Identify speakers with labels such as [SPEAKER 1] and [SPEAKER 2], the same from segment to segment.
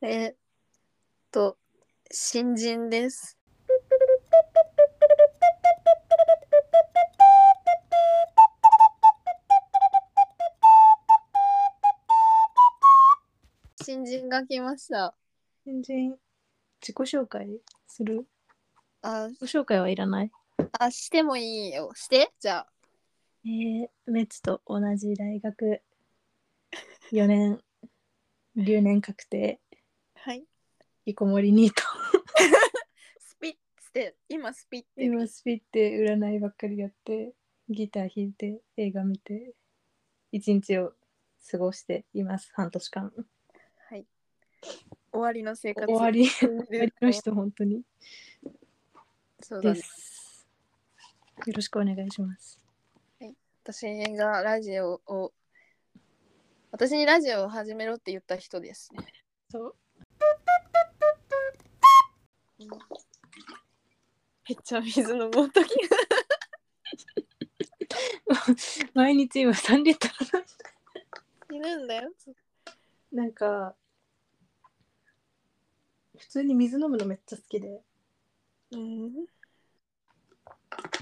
[SPEAKER 1] えーっと、新人です。新人が来ました。
[SPEAKER 2] 全然自己紹介する
[SPEAKER 1] あ、
[SPEAKER 2] 自己紹介はいらない。
[SPEAKER 1] あ、してもいいよ。してじゃあ。
[SPEAKER 2] えー、メッツと同じ大学4年留年確定
[SPEAKER 1] はい。
[SPEAKER 2] 引きこもりニー ト
[SPEAKER 1] スピッって、今スピッて。
[SPEAKER 2] 今スピって占いばっかりやってギター弾いて映画見て一日を過ごしています半年間
[SPEAKER 1] はい。終わりの生活。
[SPEAKER 2] 終わり終
[SPEAKER 1] 終
[SPEAKER 2] わりの人本当に
[SPEAKER 1] そうだ
[SPEAKER 2] で
[SPEAKER 1] ね。
[SPEAKER 2] すよろしくお願いします
[SPEAKER 1] 私がラジオを、私にラジオを始めろって言った人ですね。
[SPEAKER 2] そう
[SPEAKER 1] めっちゃ水飲もうとき。
[SPEAKER 2] 毎日今3リットル飲んで
[SPEAKER 1] いるんだよ。
[SPEAKER 2] なんか普通に水飲むのめっちゃ好きで
[SPEAKER 1] うん。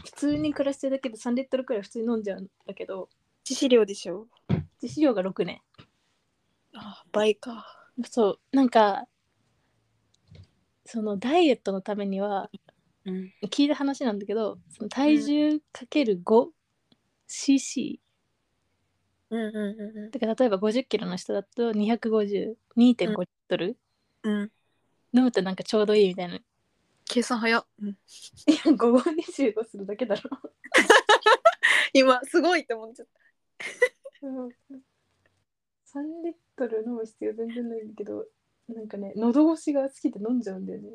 [SPEAKER 2] 普通に暮らしてるだけで3リットルくらい普通に飲んじゃうんだけど
[SPEAKER 1] 致死量でしょ。
[SPEAKER 2] 自主量が6年
[SPEAKER 1] あ、倍か。
[SPEAKER 2] そうなんかそのダイエットのためには
[SPEAKER 1] うん。
[SPEAKER 2] 聞いた話なんだけどその体重かける 5cc、
[SPEAKER 1] うんうんう
[SPEAKER 2] だから例えば5 0キロの人だと2502.5リットル、
[SPEAKER 1] んうん。うん。
[SPEAKER 2] 飲むとなんかちょうどいいみた いない
[SPEAKER 1] 計算早っ。うん、
[SPEAKER 2] や5 5 25するだけだろ
[SPEAKER 1] 今、すごいって思っちゃっ
[SPEAKER 2] うん3リットル飲む必要全然ないんだけどなんかね喉越しが好きで飲んじゃうんだよね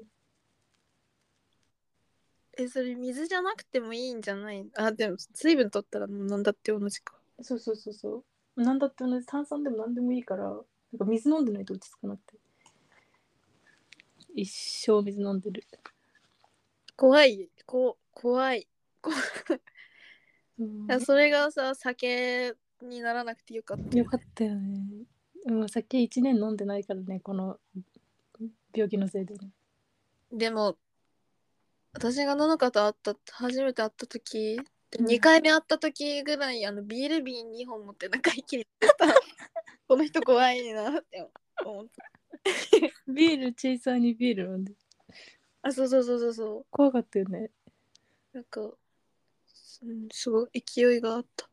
[SPEAKER 1] た。え、それ水じゃなくてもいいんじゃないあ、でも水分取ったら何だって同じか。
[SPEAKER 2] そうそうそうそうなんだって同じ炭酸でも何でもいいからなんか水飲んでないと落ち着かなくて一生水飲んでる
[SPEAKER 1] 怖い。こ怖い。こ
[SPEAKER 2] う
[SPEAKER 1] い
[SPEAKER 2] ん
[SPEAKER 1] やそれがさ、酒にならなくてよかった。
[SPEAKER 2] よかったよねもう酒1年飲んでないからねこの病気のせいでね
[SPEAKER 1] でも私がののかと会った初めて会った時で
[SPEAKER 2] うん
[SPEAKER 1] 2回目会った時ぐらいあのビール瓶2本持って中に切れてた この人怖いなって思った
[SPEAKER 2] ビールチェイサーにビール飲んで
[SPEAKER 1] あそうそうそうそうそ
[SPEAKER 2] 怖かったよね
[SPEAKER 1] うなんか、うん、すごい勢いがあった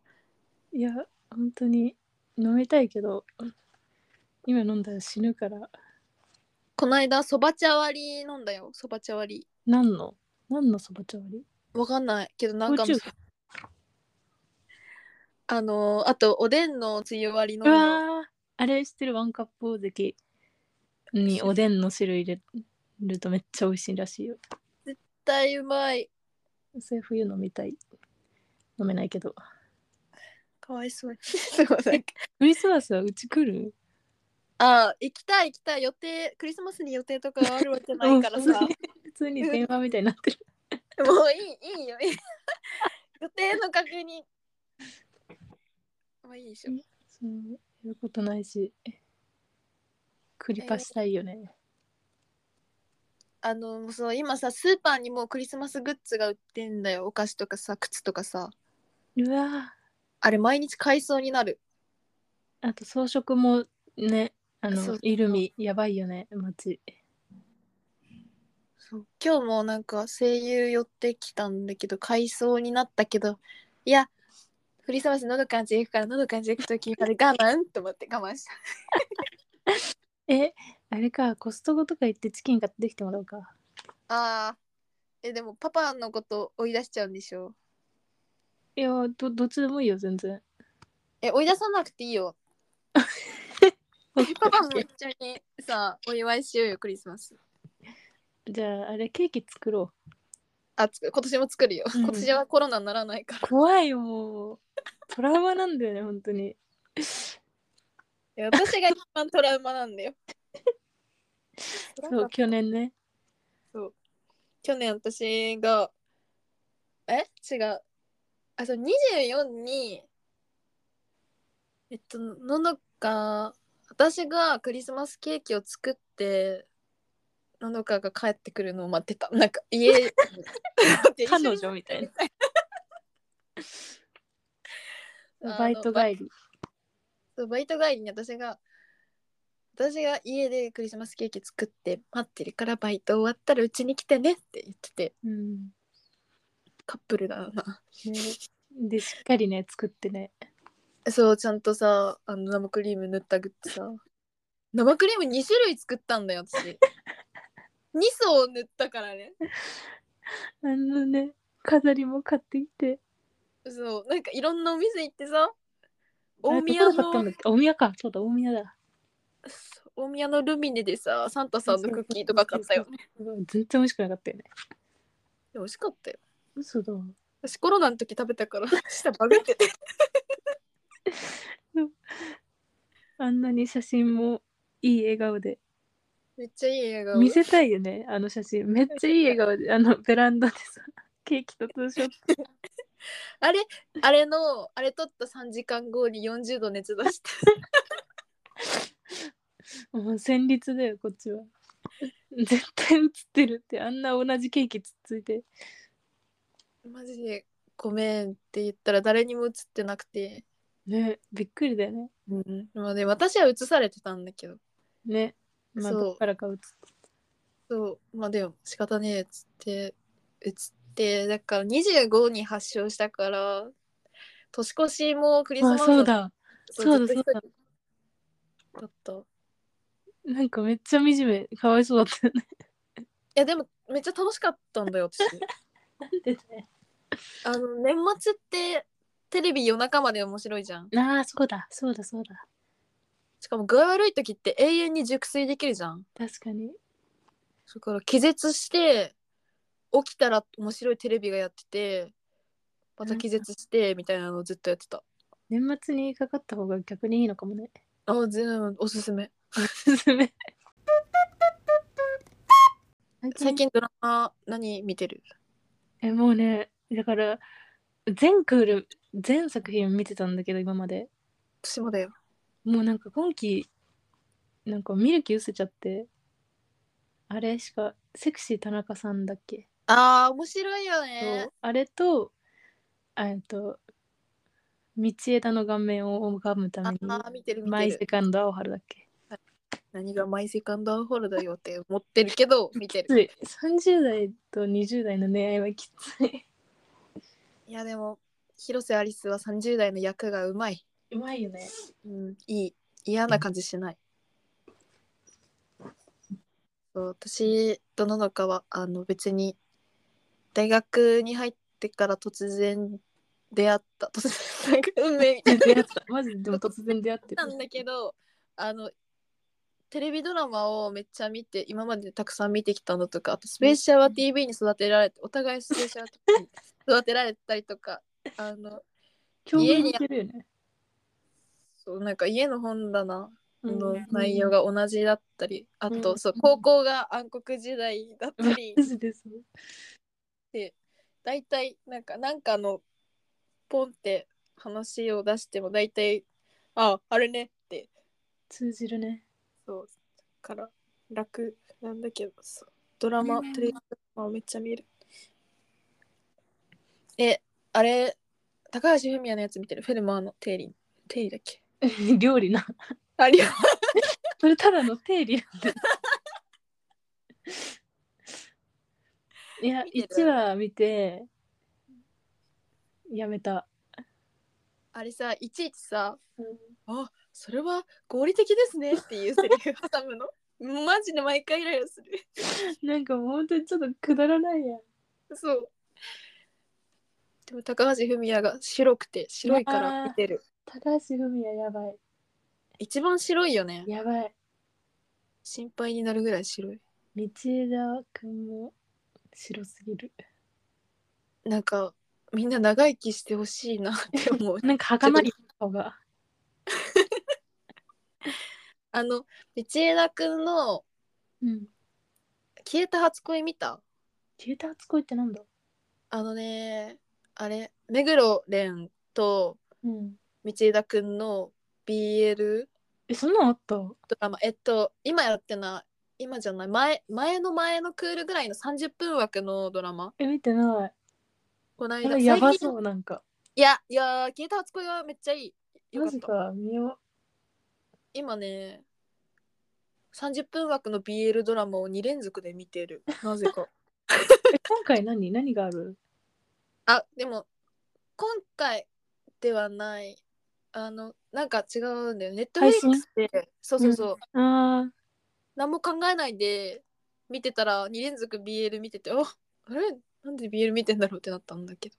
[SPEAKER 2] いや本当に飲みたいけど今飲んだら死ぬから
[SPEAKER 1] この間そば茶割り飲んだよそば茶割
[SPEAKER 2] 何の何のそば茶割
[SPEAKER 1] りわかんないけどなんか
[SPEAKER 2] り宇宙
[SPEAKER 1] あのあとおでんのつゆ割り飲ん
[SPEAKER 2] う
[SPEAKER 1] だ
[SPEAKER 2] わーあれ知ってるワンカップ大関におでんの汁入れるとめっちゃ美味しいらしいよ
[SPEAKER 1] 絶対うまい
[SPEAKER 2] それ冬飲みたい飲めないけど
[SPEAKER 1] かわいそうに すごいなんか
[SPEAKER 2] クリスマスはうち来る
[SPEAKER 1] あ行きたい行きたい予定クリスマスに予定とかあるわけないからさ
[SPEAKER 2] もう普通に普通に電話みたいになっ てる
[SPEAKER 1] もういいいいよ いい予定の確認まあいいでしょ
[SPEAKER 2] そうやることないしクリパしたいよね
[SPEAKER 1] あのもうそう今さスーパーにもうクリスマスグッズが売ってんだよお菓子とかさ靴とかさ
[SPEAKER 2] うわ
[SPEAKER 1] あれ毎日買いそうになる
[SPEAKER 2] ーあと装飾もね
[SPEAKER 1] そ
[SPEAKER 2] あ
[SPEAKER 1] うそ
[SPEAKER 2] の
[SPEAKER 1] う
[SPEAKER 2] イルミやばいよね街
[SPEAKER 1] 今日もなんか声優寄ってきたんだけど買いそうになったけどいやクリスマス喉感じ行くから喉感じ行くときまで我慢と思って我慢した
[SPEAKER 2] えあれかコストコとか行ってチキン買ってきてもらおうか
[SPEAKER 1] ああえでもパパのこと追い出しちゃうんでしょ
[SPEAKER 2] いやどどっちでもいいよ全然
[SPEAKER 1] え追い出さなくていい よパパも一緒にさお祝いしようよクリスマス
[SPEAKER 2] じゃああれケーキ作ろ
[SPEAKER 1] あつく今年も作るよ、
[SPEAKER 2] うん
[SPEAKER 1] 今年はコロナにならないか
[SPEAKER 2] う怖いよもうトラウマなんだよね本当に
[SPEAKER 1] らいや私が一番トラウマなんだよ
[SPEAKER 2] そう去年ね
[SPEAKER 1] 去年私がえ違うあそう24にえっとののか私がクリスマスケーキを作ってのどかが帰ってくるのを待ってたなんか家で一緒
[SPEAKER 2] 彼
[SPEAKER 1] に
[SPEAKER 2] 女みた い
[SPEAKER 1] あの
[SPEAKER 2] な。バイト帰り。
[SPEAKER 1] そうバイト帰りに私が私が家でクリスマスケーキ作って待ってるからバイト終わったらうちに来てねって言ってて
[SPEAKER 2] うん。
[SPEAKER 1] カップルだな
[SPEAKER 2] ね、で、しっかりね、作ってね。
[SPEAKER 1] そうちゃんとさあの生クリーム塗ったぐってさ生クリーム2種類作ったんだよ私2 層塗ったからね
[SPEAKER 2] あのね、飾りも買ってきて。
[SPEAKER 1] そうなんかいろんなお店行ってさ
[SPEAKER 2] あれ
[SPEAKER 1] 大宮
[SPEAKER 2] どこで買ったん
[SPEAKER 1] の
[SPEAKER 2] だっけ大宮か。そうだ、大宮だ。
[SPEAKER 1] 大宮のルミネでさサンタさんのクッキーとか買ったよね
[SPEAKER 2] うん全然美味しくなかったよね。
[SPEAKER 1] 美味しかったよ
[SPEAKER 2] 嘘だ。
[SPEAKER 1] 私コロナの時食べたから舌バグってて
[SPEAKER 2] あんなに写真もいい笑顔で。
[SPEAKER 1] めっちゃいい笑顔
[SPEAKER 2] 見せたいよね、あの写真。めっちゃいい笑顔で、あのベランダでさ、ケーキとツーショット。
[SPEAKER 1] あれあれのあれ撮った3時間後に40度熱出して
[SPEAKER 2] もう戦慄だよ、こっちは。絶対写ってるって、あんな同じケーキつっついて。
[SPEAKER 1] マジでごめんって言ったら誰にも映ってなくて、
[SPEAKER 2] ね、びっくりだよね。
[SPEAKER 1] まあね私は映されてたんだけど
[SPEAKER 2] ね、まあ、
[SPEAKER 1] そう
[SPEAKER 2] どっからか写って。
[SPEAKER 1] そうまあでも仕方ねえっつって映ってだから25に発症したから年越しもクリスマ
[SPEAKER 2] あ、
[SPEAKER 1] ス
[SPEAKER 2] そうだ。そうだ
[SPEAKER 1] ずっと一人
[SPEAKER 2] そ
[SPEAKER 1] だったい
[SPEAKER 2] なんかめっちゃ惨め、かわいそうだったよね。
[SPEAKER 1] やでもめっちゃ楽しかったんだよ私
[SPEAKER 2] なんでね。
[SPEAKER 1] あの年末ってテレビ夜中まで面白いじゃん
[SPEAKER 2] ああ、そうだ、そうだ、そうだ。
[SPEAKER 1] しかも具合悪い時って永遠に熟睡できるじゃん
[SPEAKER 2] 確かに。
[SPEAKER 1] それから気絶して起きたら面白いテレビがやっててまた気絶してみたいなのをずっとやってた
[SPEAKER 2] 年末にかかった方が逆にいいのかも ね。
[SPEAKER 1] あ全然おすすめ
[SPEAKER 2] おすすめ。
[SPEAKER 1] 最近ドラマ何見てる
[SPEAKER 2] えもうねだから全クール全作品見てたんだけど今まで
[SPEAKER 1] 私もだよ
[SPEAKER 2] もうなんか今期なんか見る気失せちゃってあれしかセクシー田中さんだっけ、
[SPEAKER 1] あー面白いよね
[SPEAKER 2] そうあれとあえっと道枝の顔面を拝むために
[SPEAKER 1] あー見てる見
[SPEAKER 2] マイ
[SPEAKER 1] て
[SPEAKER 2] セ
[SPEAKER 1] る
[SPEAKER 2] カンド青春だっけ
[SPEAKER 1] 何がマイセカンドアンホールだよって思ってるけ ど見て
[SPEAKER 2] きつ
[SPEAKER 1] る
[SPEAKER 2] い30代と20代の恋愛はきつい
[SPEAKER 1] いやでも広瀬アリスは30代の役がうまいう
[SPEAKER 2] まいよね
[SPEAKER 1] うん、いい嫌な感じしない。そう私とののかはあの別に大学に入ってから突然出会った突然なんか運命みたい
[SPEAKER 2] 出
[SPEAKER 1] に
[SPEAKER 2] 会ったマジででも突然出会って
[SPEAKER 1] なったんだけどあのテレビドラマをめっちゃ見て今までたくさん見てきたのとかあとスペーシャワー TV に育てられてお互いスペーシャワー TV に育てられたりとかあの
[SPEAKER 2] 共鳴してるよね
[SPEAKER 1] そうなんか家の本棚の
[SPEAKER 2] うん
[SPEAKER 1] 内容が同じだったり、あ
[SPEAKER 2] う
[SPEAKER 1] と
[SPEAKER 2] ん
[SPEAKER 1] そう高校が暗黒時代だったり
[SPEAKER 2] マジでそう
[SPEAKER 1] 大体なんかなんかのポンって話を出しても大体ああれねって
[SPEAKER 2] 通じる ね。
[SPEAKER 1] そうから楽なんだけどそうドラマ
[SPEAKER 2] うん
[SPEAKER 1] テレビドラマをめっちゃ見るえあれ高橋文也のやつ見てるフェルマーの定理定理だっけ
[SPEAKER 2] 料理な。
[SPEAKER 1] あり
[SPEAKER 2] それただの定理なんだ。いや、
[SPEAKER 1] 見てる
[SPEAKER 2] 1話見て、やめた。
[SPEAKER 1] あれさいちいちさそれは合理的ですねっていうセリフ挟むの マジで毎回イライラする
[SPEAKER 2] なんかもう本当にちょっとくだらないやん。
[SPEAKER 1] そうでも高橋文也が白くて白いから見てる
[SPEAKER 2] 高橋文也やばい。
[SPEAKER 1] 一番白いよね
[SPEAKER 2] やばい。
[SPEAKER 1] 心配になるぐらい白い
[SPEAKER 2] 道枝くんも白すぎる。
[SPEAKER 1] なんかみんな長生きしてほしいなって思 う
[SPEAKER 2] なんか儚い顔が。
[SPEAKER 1] あの道枝くんの
[SPEAKER 2] うん。
[SPEAKER 1] 消えた初恋見た
[SPEAKER 2] 消えた初恋ってなんだ
[SPEAKER 1] あのねあれ目黒蓮と
[SPEAKER 2] うん。
[SPEAKER 1] 道枝くんの BL
[SPEAKER 2] え、そんなんあった
[SPEAKER 1] ドラマえっと今やってない今じゃない前前の前のクールぐらいの30分枠のドラマ
[SPEAKER 2] え、見てない。
[SPEAKER 1] この
[SPEAKER 2] あ
[SPEAKER 1] 間
[SPEAKER 2] れやば
[SPEAKER 1] 最近
[SPEAKER 2] そう、なんか。
[SPEAKER 1] いやいやー消えた初恋はめっちゃいいよ
[SPEAKER 2] マ
[SPEAKER 1] かっ
[SPEAKER 2] ジ
[SPEAKER 1] た
[SPEAKER 2] か、見よ
[SPEAKER 1] 今ね30分枠の BL ドラマを2連続で見てるなぜか
[SPEAKER 2] う。え、今回何何がある
[SPEAKER 1] あでも今回ではないあのなんか違うんだよネットフ
[SPEAKER 2] 配
[SPEAKER 1] リッ
[SPEAKER 2] 信
[SPEAKER 1] クスってそうそうそう、
[SPEAKER 2] ああ、
[SPEAKER 1] 何も考えないで見てたら2連続 BL 見ててああれなんで BL 見てんだろうってなったんだけど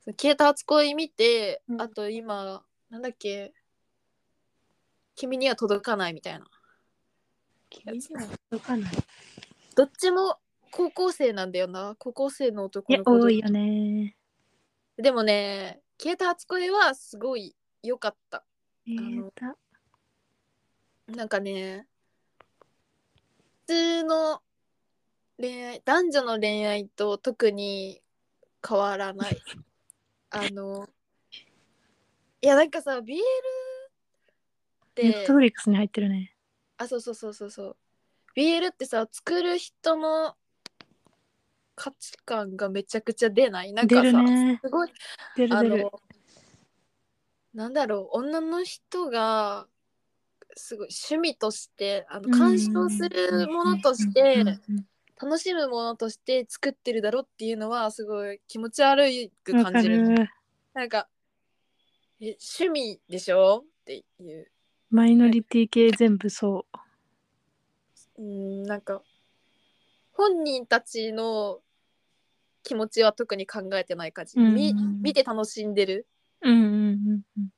[SPEAKER 1] そう消えた初恋見て、
[SPEAKER 2] うん
[SPEAKER 1] あと今なんだっけ君には届かないみたいな
[SPEAKER 2] 君には届かない。
[SPEAKER 1] どっちも高校生なんだよな高校生の男
[SPEAKER 2] いや
[SPEAKER 1] の、子
[SPEAKER 2] 多いよね。
[SPEAKER 1] でもね消えた初恋はすごい良かった
[SPEAKER 2] え
[SPEAKER 1] の
[SPEAKER 2] ーた。
[SPEAKER 1] なんかね普通の恋愛男女の恋愛と特に変わら ないあのいやなんかさ BL っ
[SPEAKER 2] ネ
[SPEAKER 1] て
[SPEAKER 2] ットフリックスに入ってるね。
[SPEAKER 1] あそうそうそうそうそう BL ってさ作る人の価値観がめちゃくちゃ出ないなんかさ
[SPEAKER 2] 出るね
[SPEAKER 1] すごい
[SPEAKER 2] 出る
[SPEAKER 1] あ
[SPEAKER 2] 出る。
[SPEAKER 1] のなんだろう女の人がすごい趣味としてあの鑑賞するものとし
[SPEAKER 2] うん
[SPEAKER 1] て楽しむものとして作ってるだろっていうのはすごい気持ち悪く
[SPEAKER 2] わ
[SPEAKER 1] 感
[SPEAKER 2] か
[SPEAKER 1] じる
[SPEAKER 2] る。
[SPEAKER 1] なんかえ趣味でしょっていう
[SPEAKER 2] マイノリティ系全部そ
[SPEAKER 1] う
[SPEAKER 2] う
[SPEAKER 1] んなんか本人たちの気持ちは特に考えてない感じ、
[SPEAKER 2] うん
[SPEAKER 1] み見て楽しんでる。
[SPEAKER 2] うんうんうん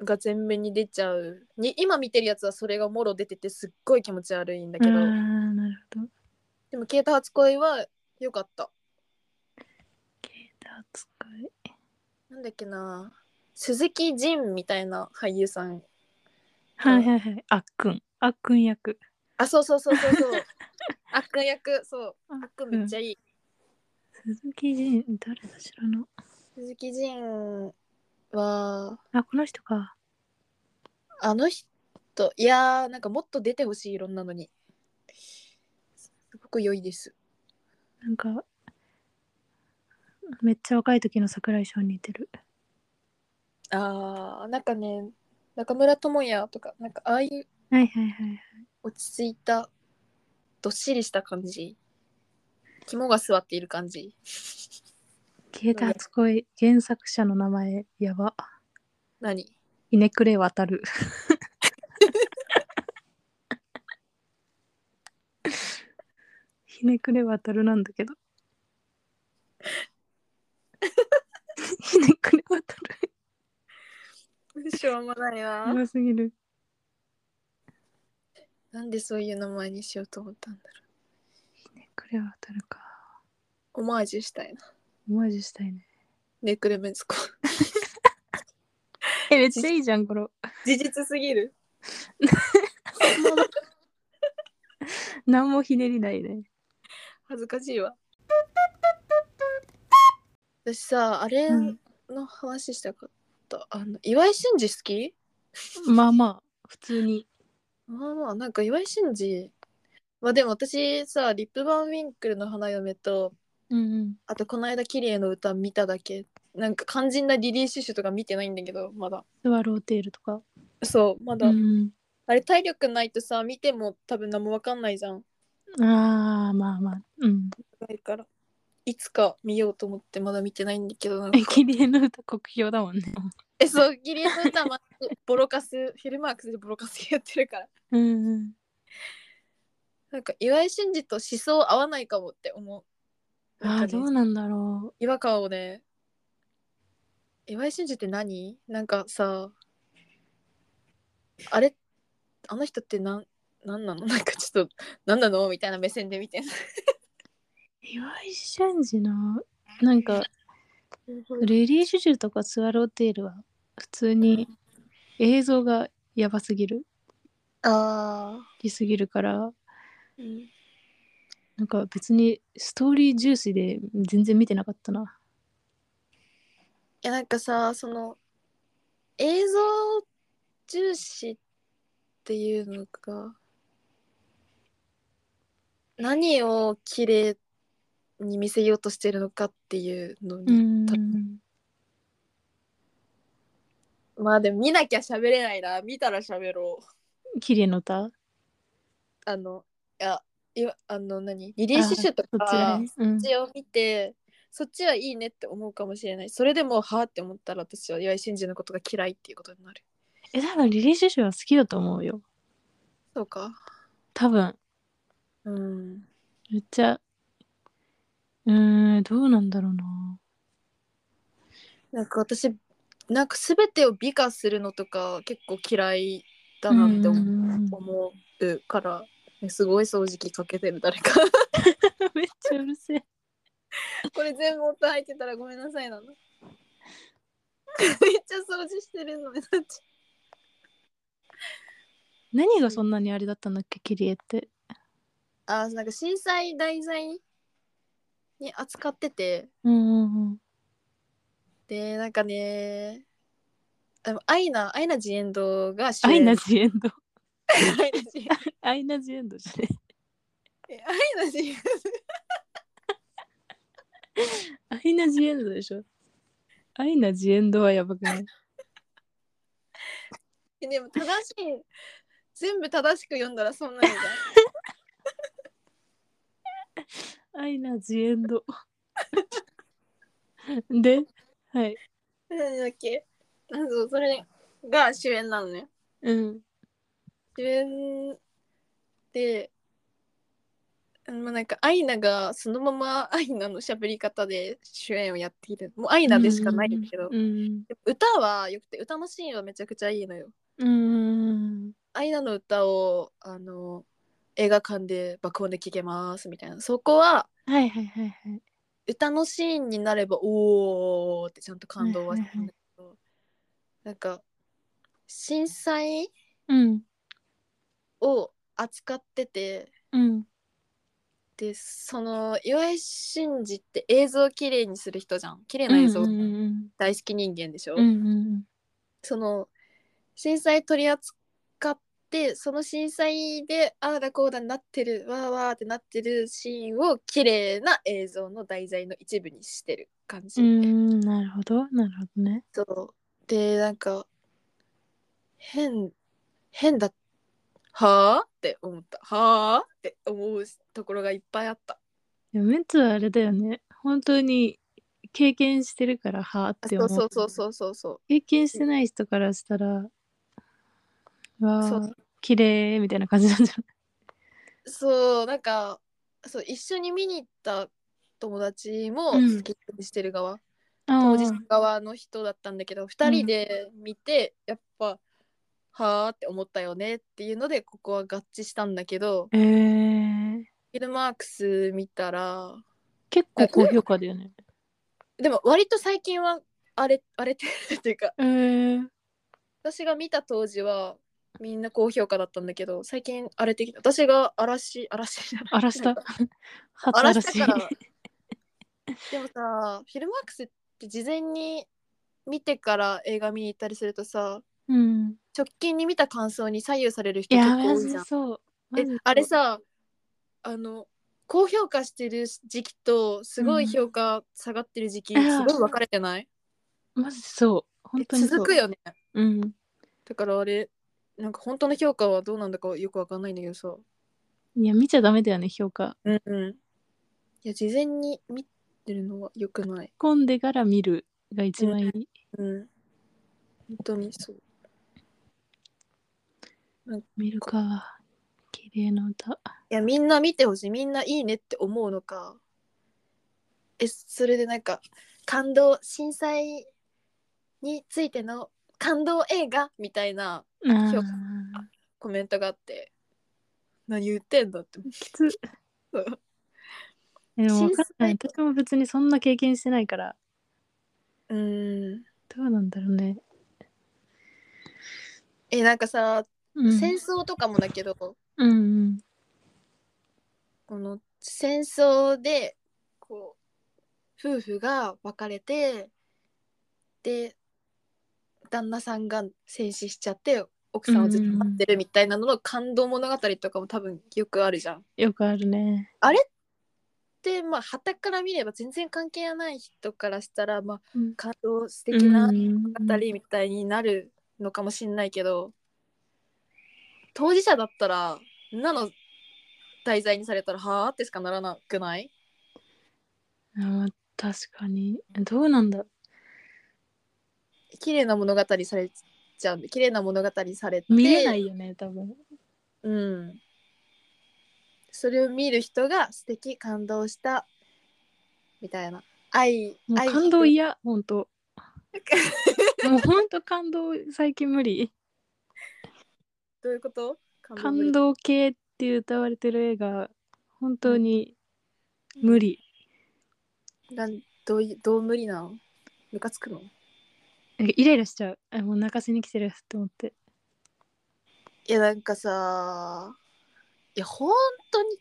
[SPEAKER 1] が全面に出ちゃうに今見てるやつはそれがもろ出ててすっごい気持ち悪いんだ
[SPEAKER 2] う
[SPEAKER 1] けど、
[SPEAKER 2] ん。ああ、なるほど。
[SPEAKER 1] でも「消えた初恋」は良かった
[SPEAKER 2] 携帯扱い。
[SPEAKER 1] なんだっけな鈴木仁みたいな俳優さん
[SPEAKER 2] はいはいはい。あっくん。あっくん役。
[SPEAKER 1] あそうそうそうそうそう 悪役そう悪めっちゃいい、
[SPEAKER 2] 鈴木仁、誰だ知らな。
[SPEAKER 1] 鈴木仁は
[SPEAKER 2] あ、この人か。
[SPEAKER 1] あの人いやーなんかもっと出てほしいいろんなのにすごく良いです
[SPEAKER 2] なんか、めっちゃ若い時の桜井翔に似てる。
[SPEAKER 1] あーなんかね中村智也とかなんかああいう
[SPEAKER 2] はいはいはい。
[SPEAKER 1] 落ち着いたどっしりした感じ肝が据わっている感じ
[SPEAKER 2] 消えた初恋、原作者の名前、やば。
[SPEAKER 1] 何
[SPEAKER 2] ひねくれ渡 る。ひねくれ渡るなんだけど。 ひねくれ渡る。
[SPEAKER 1] しょうもない
[SPEAKER 2] や
[SPEAKER 1] わ
[SPEAKER 2] ばすぎる。
[SPEAKER 1] なんでそういう名前にしようと思ったんだろ
[SPEAKER 2] ひねくれ渡るか。
[SPEAKER 1] うオマージュしたいな
[SPEAKER 2] オマージュしたいね。
[SPEAKER 1] ネクレメンズコ
[SPEAKER 2] え、めっちゃいいじゃん、この。
[SPEAKER 1] 事実すぎる
[SPEAKER 2] 何もひねりないね。
[SPEAKER 1] 恥ずかしいわ私さあれ
[SPEAKER 2] うん
[SPEAKER 1] の話したかった、あの岩井俊二好き
[SPEAKER 2] まあまあ、普通に。
[SPEAKER 1] まあまあなんか岩井俊二まあでも私さリップバンウィンクルの花嫁と
[SPEAKER 2] うんうん。
[SPEAKER 1] あとこの間綺麗の歌見ただけなんか肝心なリリー・シュシュとか見てないんだけどまだ
[SPEAKER 2] スワローテールとか。
[SPEAKER 1] そうまだ、
[SPEAKER 2] うん
[SPEAKER 1] あれ体力ないとさ見ても多分何もわかんないじゃん
[SPEAKER 2] うん。ああ、まあまあ。うん。
[SPEAKER 1] ないからいつか見ようと思ってまだ見てないんだけどなんか
[SPEAKER 2] え、キリエの歌国評だもんね。
[SPEAKER 1] えそう綺麗の歌まボロカスフィルマークスでボロカスやってるから
[SPEAKER 2] うんうん。
[SPEAKER 1] なんか岩井俊二と思想合わないかもって思う
[SPEAKER 2] あ
[SPEAKER 1] なん
[SPEAKER 2] あ
[SPEAKER 1] か
[SPEAKER 2] ど
[SPEAKER 1] ね
[SPEAKER 2] うなんだろ
[SPEAKER 1] 違和感をね岩井俊二って何なんかさあれあの人ってなんなんなのなんかちょっとなんなのみたいな目線で見てる
[SPEAKER 2] う岩井俊二のなんかレリー・シュシュとかスワローテールは普通に映像がやばすぎる
[SPEAKER 1] ああ、
[SPEAKER 2] きすぎるから
[SPEAKER 1] うん
[SPEAKER 2] なんか別にストーリー重視で全然見てなかったない
[SPEAKER 1] やなんかさその映像重視っていうのが何を綺麗に見せようとしてるのかっていうの
[SPEAKER 2] う
[SPEAKER 1] に、
[SPEAKER 2] ん。
[SPEAKER 1] まあでも見なきゃ喋れないな見たら喋ろう
[SPEAKER 2] 綺麗の歌
[SPEAKER 1] あのいやいやあの何リリー・シュシュと
[SPEAKER 2] そっちら
[SPEAKER 1] か
[SPEAKER 2] ね。う
[SPEAKER 1] そ
[SPEAKER 2] ん
[SPEAKER 1] っ。ちを見てそっちはいいねって思うかもしれないそれでもはあって思ったら私は岩井俊二のことが嫌いっていうことになる
[SPEAKER 2] え、多分リリー・シュシュは好きだと思うよ。
[SPEAKER 1] そうか
[SPEAKER 2] 多分。
[SPEAKER 1] うん
[SPEAKER 2] めっちゃ。うーん、どうなんだろうな。
[SPEAKER 1] なんか私なんか全てを美化するのとか結構嫌いだなって思う
[SPEAKER 2] うん
[SPEAKER 1] 思うから、ねすごい掃除機かけてる誰か
[SPEAKER 2] めっちゃうるせえ。
[SPEAKER 1] これ全部音入ってたらごめんなさいなのめっちゃ掃除してるのねさっち
[SPEAKER 2] 何がそんなにあれだったんだっけ、キリエって。
[SPEAKER 1] あなんか震災題材に扱ってて
[SPEAKER 2] うんうんうん。
[SPEAKER 1] でなんかねでもアイナアイナジエンドが主
[SPEAKER 2] アイ
[SPEAKER 1] 演
[SPEAKER 2] ナジ・エンド。
[SPEAKER 1] アイナジエンド
[SPEAKER 2] アイナジ・エンドじゃね
[SPEAKER 1] えアイナジエンド
[SPEAKER 2] アイナ・ジ・エンドでしょ。アイナ・ジ・エンドはやばくない。
[SPEAKER 1] えでも正しい全部正しく読んだらそんなのじゃん
[SPEAKER 2] アイナ・ジ・エンド。 で、はい。
[SPEAKER 1] 何だっけあそうそれが主演なのね
[SPEAKER 2] うん。
[SPEAKER 1] 主演でうんまあなんかアイナがそのままアイナの喋り方で主演をやっているもうアイナでしかないけど、
[SPEAKER 2] うん。
[SPEAKER 1] でも歌はよくて歌のシーンはめちゃくちゃいいのよ
[SPEAKER 2] うん。
[SPEAKER 1] アイナの歌をあの映画館で爆音で聴けますみたいなそこは
[SPEAKER 2] はいはいはいはい。
[SPEAKER 1] 歌のシーンになればおーってちゃんと感動はしたんだけどなんか震災
[SPEAKER 2] うん。
[SPEAKER 1] を扱ってて
[SPEAKER 2] うん。
[SPEAKER 1] でその岩井俊二って映像をきれいにする人じゃん綺麗な映像
[SPEAKER 2] うんうん
[SPEAKER 1] 大好き人間でしょ、
[SPEAKER 2] うん。うん
[SPEAKER 1] その震災取り扱ってその震災でああだこうだになってるわーわーってなってるシーンを綺麗な映像の題材の一部にしてる感じ、
[SPEAKER 2] うんうん。なるほど。なるほどね。
[SPEAKER 1] そうでなんか変変だはあって思ったはあって思うところがいっぱいあった
[SPEAKER 2] でもメンツはあれだよね。本当に経験してるから、はあっ
[SPEAKER 1] あ
[SPEAKER 2] て思。
[SPEAKER 1] そううそうそうそうそうそう
[SPEAKER 2] 経験してない人からしたら、わ
[SPEAKER 1] そ
[SPEAKER 2] あ
[SPEAKER 1] う、
[SPEAKER 2] 綺麗みたいな感じなんじゃ
[SPEAKER 1] そうなんかそう一緒に見に行った友達も
[SPEAKER 2] うん
[SPEAKER 1] 好きにしてる側、
[SPEAKER 2] な
[SPEAKER 1] 当
[SPEAKER 2] い
[SPEAKER 1] 事者側の人だったんだけど2人で見てやっぱはあって思ったよねっていうのでここは合致したんだけど
[SPEAKER 2] えー、
[SPEAKER 1] フィルマークス見たら
[SPEAKER 2] 結構高評価だよね。
[SPEAKER 1] でも割と最近は荒れ荒れてるっていうか
[SPEAKER 2] えー、
[SPEAKER 1] 私が見た当時はみんな高評価だったんだけど最近荒れてきた私が嵐嵐じゃない
[SPEAKER 2] 荒らし
[SPEAKER 1] なん
[SPEAKER 2] た
[SPEAKER 1] か。
[SPEAKER 2] 初
[SPEAKER 1] 荒
[SPEAKER 2] 荒
[SPEAKER 1] ら
[SPEAKER 2] ら
[SPEAKER 1] し
[SPEAKER 2] した
[SPEAKER 1] からでもさフィルマークスって事前に見てから映画見に行ったりするとさ
[SPEAKER 2] うん。
[SPEAKER 1] 直近に見た感想に左右される
[SPEAKER 2] い
[SPEAKER 1] 人結
[SPEAKER 2] や、
[SPEAKER 1] 構
[SPEAKER 2] マ
[SPEAKER 1] 多い
[SPEAKER 2] ジ
[SPEAKER 1] じ
[SPEAKER 2] で
[SPEAKER 1] ゃん
[SPEAKER 2] そう。マ
[SPEAKER 1] え
[SPEAKER 2] ジでそう
[SPEAKER 1] あれ、さあの高評価してる時期とすごい評価下がってる時期、
[SPEAKER 2] うん
[SPEAKER 1] すごい分かれてない
[SPEAKER 2] マジでそう。本当にそう。
[SPEAKER 1] 続くよね
[SPEAKER 2] うん。
[SPEAKER 1] だからあれなんか本当の評価はどうなんだかよくわかんないんだけどさ
[SPEAKER 2] いや、見ちゃダメだよね、評価。
[SPEAKER 1] うんうんいや事前に見てるのはよくない
[SPEAKER 2] 混んでから見るが一番いい。
[SPEAKER 1] うん本当にそう
[SPEAKER 2] 見るか。綺麗な歌。
[SPEAKER 1] いやみんな見てほしいみんないいねって思うのかえそれでなんか感動震災についての感動映画みたいな
[SPEAKER 2] あー
[SPEAKER 1] 評価コメントがあって何言ってんだって
[SPEAKER 2] きつ。
[SPEAKER 1] そう
[SPEAKER 2] でも分かんない。
[SPEAKER 1] 審査
[SPEAKER 2] 私も別にそんな経験してないから、
[SPEAKER 1] うん
[SPEAKER 2] どうなんだろうね。
[SPEAKER 1] えなんかさ、
[SPEAKER 2] うん。
[SPEAKER 1] 戦争とかもだけど
[SPEAKER 2] うんうん。
[SPEAKER 1] この戦争でこう夫婦が別れてで旦那さんが戦死しちゃって奥さんをずっと待ってるみたいなのの感動物語とかも多分よくあるじゃん。
[SPEAKER 2] よくあるね。
[SPEAKER 1] でまあはたから見れば全然関係ない人からしたら、まあ、
[SPEAKER 2] うん
[SPEAKER 1] 感動素敵な
[SPEAKER 2] う
[SPEAKER 1] 物
[SPEAKER 2] ん
[SPEAKER 1] 語みたいになるのかもしんないけど、当事者だったらなの題材にされたらはあってしかならなくない
[SPEAKER 2] あー確かに。どうなんだろう
[SPEAKER 1] 綺麗な物語されちゃうんで綺麗な物語されて
[SPEAKER 2] 見れないよね、多分。
[SPEAKER 1] うん、それを見る人が素敵感動したみたいな愛
[SPEAKER 2] もう
[SPEAKER 1] 愛
[SPEAKER 2] 感動嫌、ほ んと。もうほんと感動、最近無理。
[SPEAKER 1] どういうこと
[SPEAKER 2] 感動系って歌われてる映画、本当に無理。
[SPEAKER 1] なんどういどう無理なのムカつくのい
[SPEAKER 2] なんかイライラしちゃう。あもう泣かせに来てるって思って。
[SPEAKER 1] やなんかさいや本当に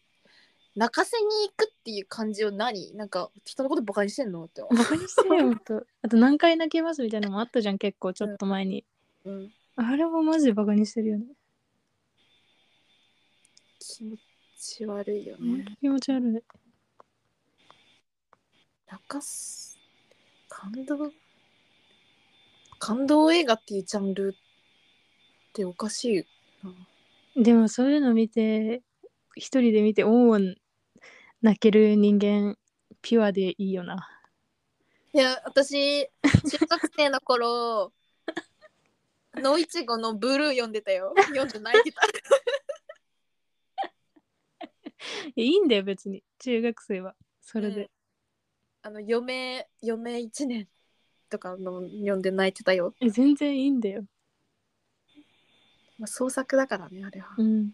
[SPEAKER 1] 泣かせに行くっていう感じを何なんか人のことバカにしてんのって思
[SPEAKER 2] バカにして るよ、ほんと。あと何回泣けますみたいなのもあったじゃん、結構、ちょっと前に。
[SPEAKER 1] う、うん、
[SPEAKER 2] あれもマジでバカにしてるよね。
[SPEAKER 1] 気持ち悪いよね、
[SPEAKER 2] 気持ち悪い。
[SPEAKER 1] 泣かす感動感動映画っていうジャンルっておかしい
[SPEAKER 2] でもそういうの見て一人で見ておお泣ける人間ピュアでいいよな。
[SPEAKER 1] いや私中学生の頃ノイチゴのブルー読んでたよ読んで泣いてた
[SPEAKER 2] いやいいんだよ別に中学生はそれで。
[SPEAKER 1] あの余命余命1年とかの読んで泣いてたよ、
[SPEAKER 2] え全然いいんだよ。
[SPEAKER 1] まあ、創作だからねあれは、
[SPEAKER 2] う
[SPEAKER 1] い
[SPEAKER 2] ん。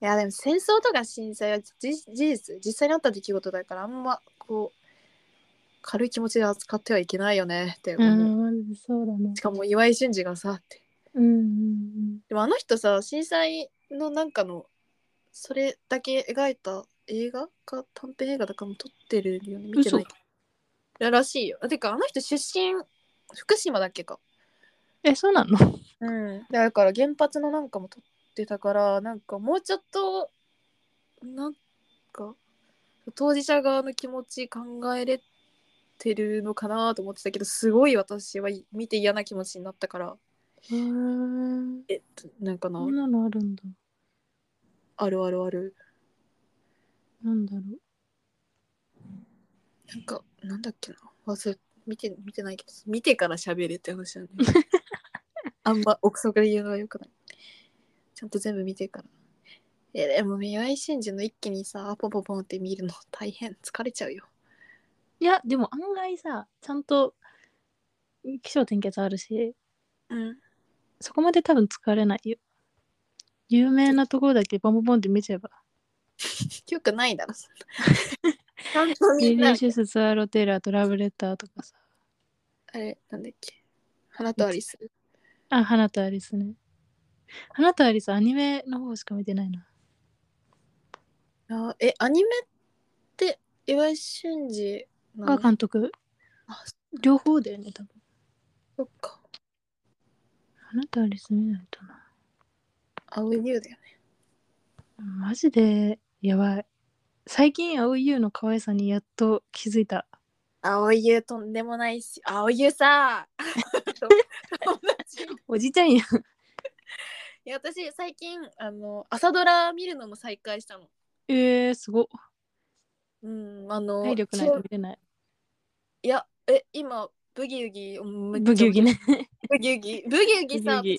[SPEAKER 1] やでも戦争とか震災はじ事実実際にあった出来事だからあんまこう軽い気持ちで扱ってはいけないよねって
[SPEAKER 2] ああ
[SPEAKER 1] 思う、
[SPEAKER 2] マジでそうだね
[SPEAKER 1] し。かも岩井俊二がさって
[SPEAKER 2] うんうん
[SPEAKER 1] でもあの人さ震災のなんかのそれだけ描いた映画か短編映画だかも撮ってるよね見てないけどいやらしいよあてかあの人出身福島だっけか
[SPEAKER 2] うん。えそうなの？
[SPEAKER 1] うん、だから原発のなんかも取ってたからなんかもうちょっとなんか当事者側の気持ち考えれてるのかなと思ってたけどすごい私はい見て嫌な気持ちになったから
[SPEAKER 2] へー
[SPEAKER 1] えっとなんかな、
[SPEAKER 2] そんなのあるんだ。
[SPEAKER 1] あるあるある
[SPEAKER 2] なんだろ
[SPEAKER 1] なんかなんだっけな忘れ見て見てないけど見てから喋れって話だね あんま憶測で言うのはよくないちゃんと全部見てからえでも岩井俊二の一気にさポンポンポンって見るの大変疲れちゃうよ
[SPEAKER 2] う。いやでも案外さちゃんと気象転結あるし
[SPEAKER 1] うん
[SPEAKER 2] そこまで多分疲れないよ。有名なところだけボンボンボンって見ちゃえば。
[SPEAKER 1] よくないだ ろそんなちゃんと
[SPEAKER 2] レ
[SPEAKER 1] 見
[SPEAKER 2] リ
[SPEAKER 1] な
[SPEAKER 2] ー
[SPEAKER 1] い
[SPEAKER 2] シュスツアーロテーラーとラブレターとかさ。
[SPEAKER 1] あれなんだっけ花とアリス
[SPEAKER 2] あ、花とアリスね。花とアリス、アニメの方しか見てないな。
[SPEAKER 1] あえアニメって岩井俊二な
[SPEAKER 2] が
[SPEAKER 1] の
[SPEAKER 2] 監督、
[SPEAKER 1] あそ
[SPEAKER 2] 両方だよね、多分。
[SPEAKER 1] そっか
[SPEAKER 2] 花とアリス見ないとな。
[SPEAKER 1] 青い優だよね
[SPEAKER 2] マジで、やばい。最近、青い優の可愛さにやっと気づいた。
[SPEAKER 1] 青い優とんでもないし青い優 さ友達
[SPEAKER 2] おじちゃんや。
[SPEAKER 1] いや私最近あの朝ドラ見るのも再開したの。
[SPEAKER 2] えー、すごっ。
[SPEAKER 1] うんあの
[SPEAKER 2] 体力ない
[SPEAKER 1] そ
[SPEAKER 2] と
[SPEAKER 1] う
[SPEAKER 2] 見れない。
[SPEAKER 1] いやえ今ブギウギうんめっちゃ
[SPEAKER 2] ブギウギね。
[SPEAKER 1] ブギウギブギウギさ
[SPEAKER 2] ブギウギ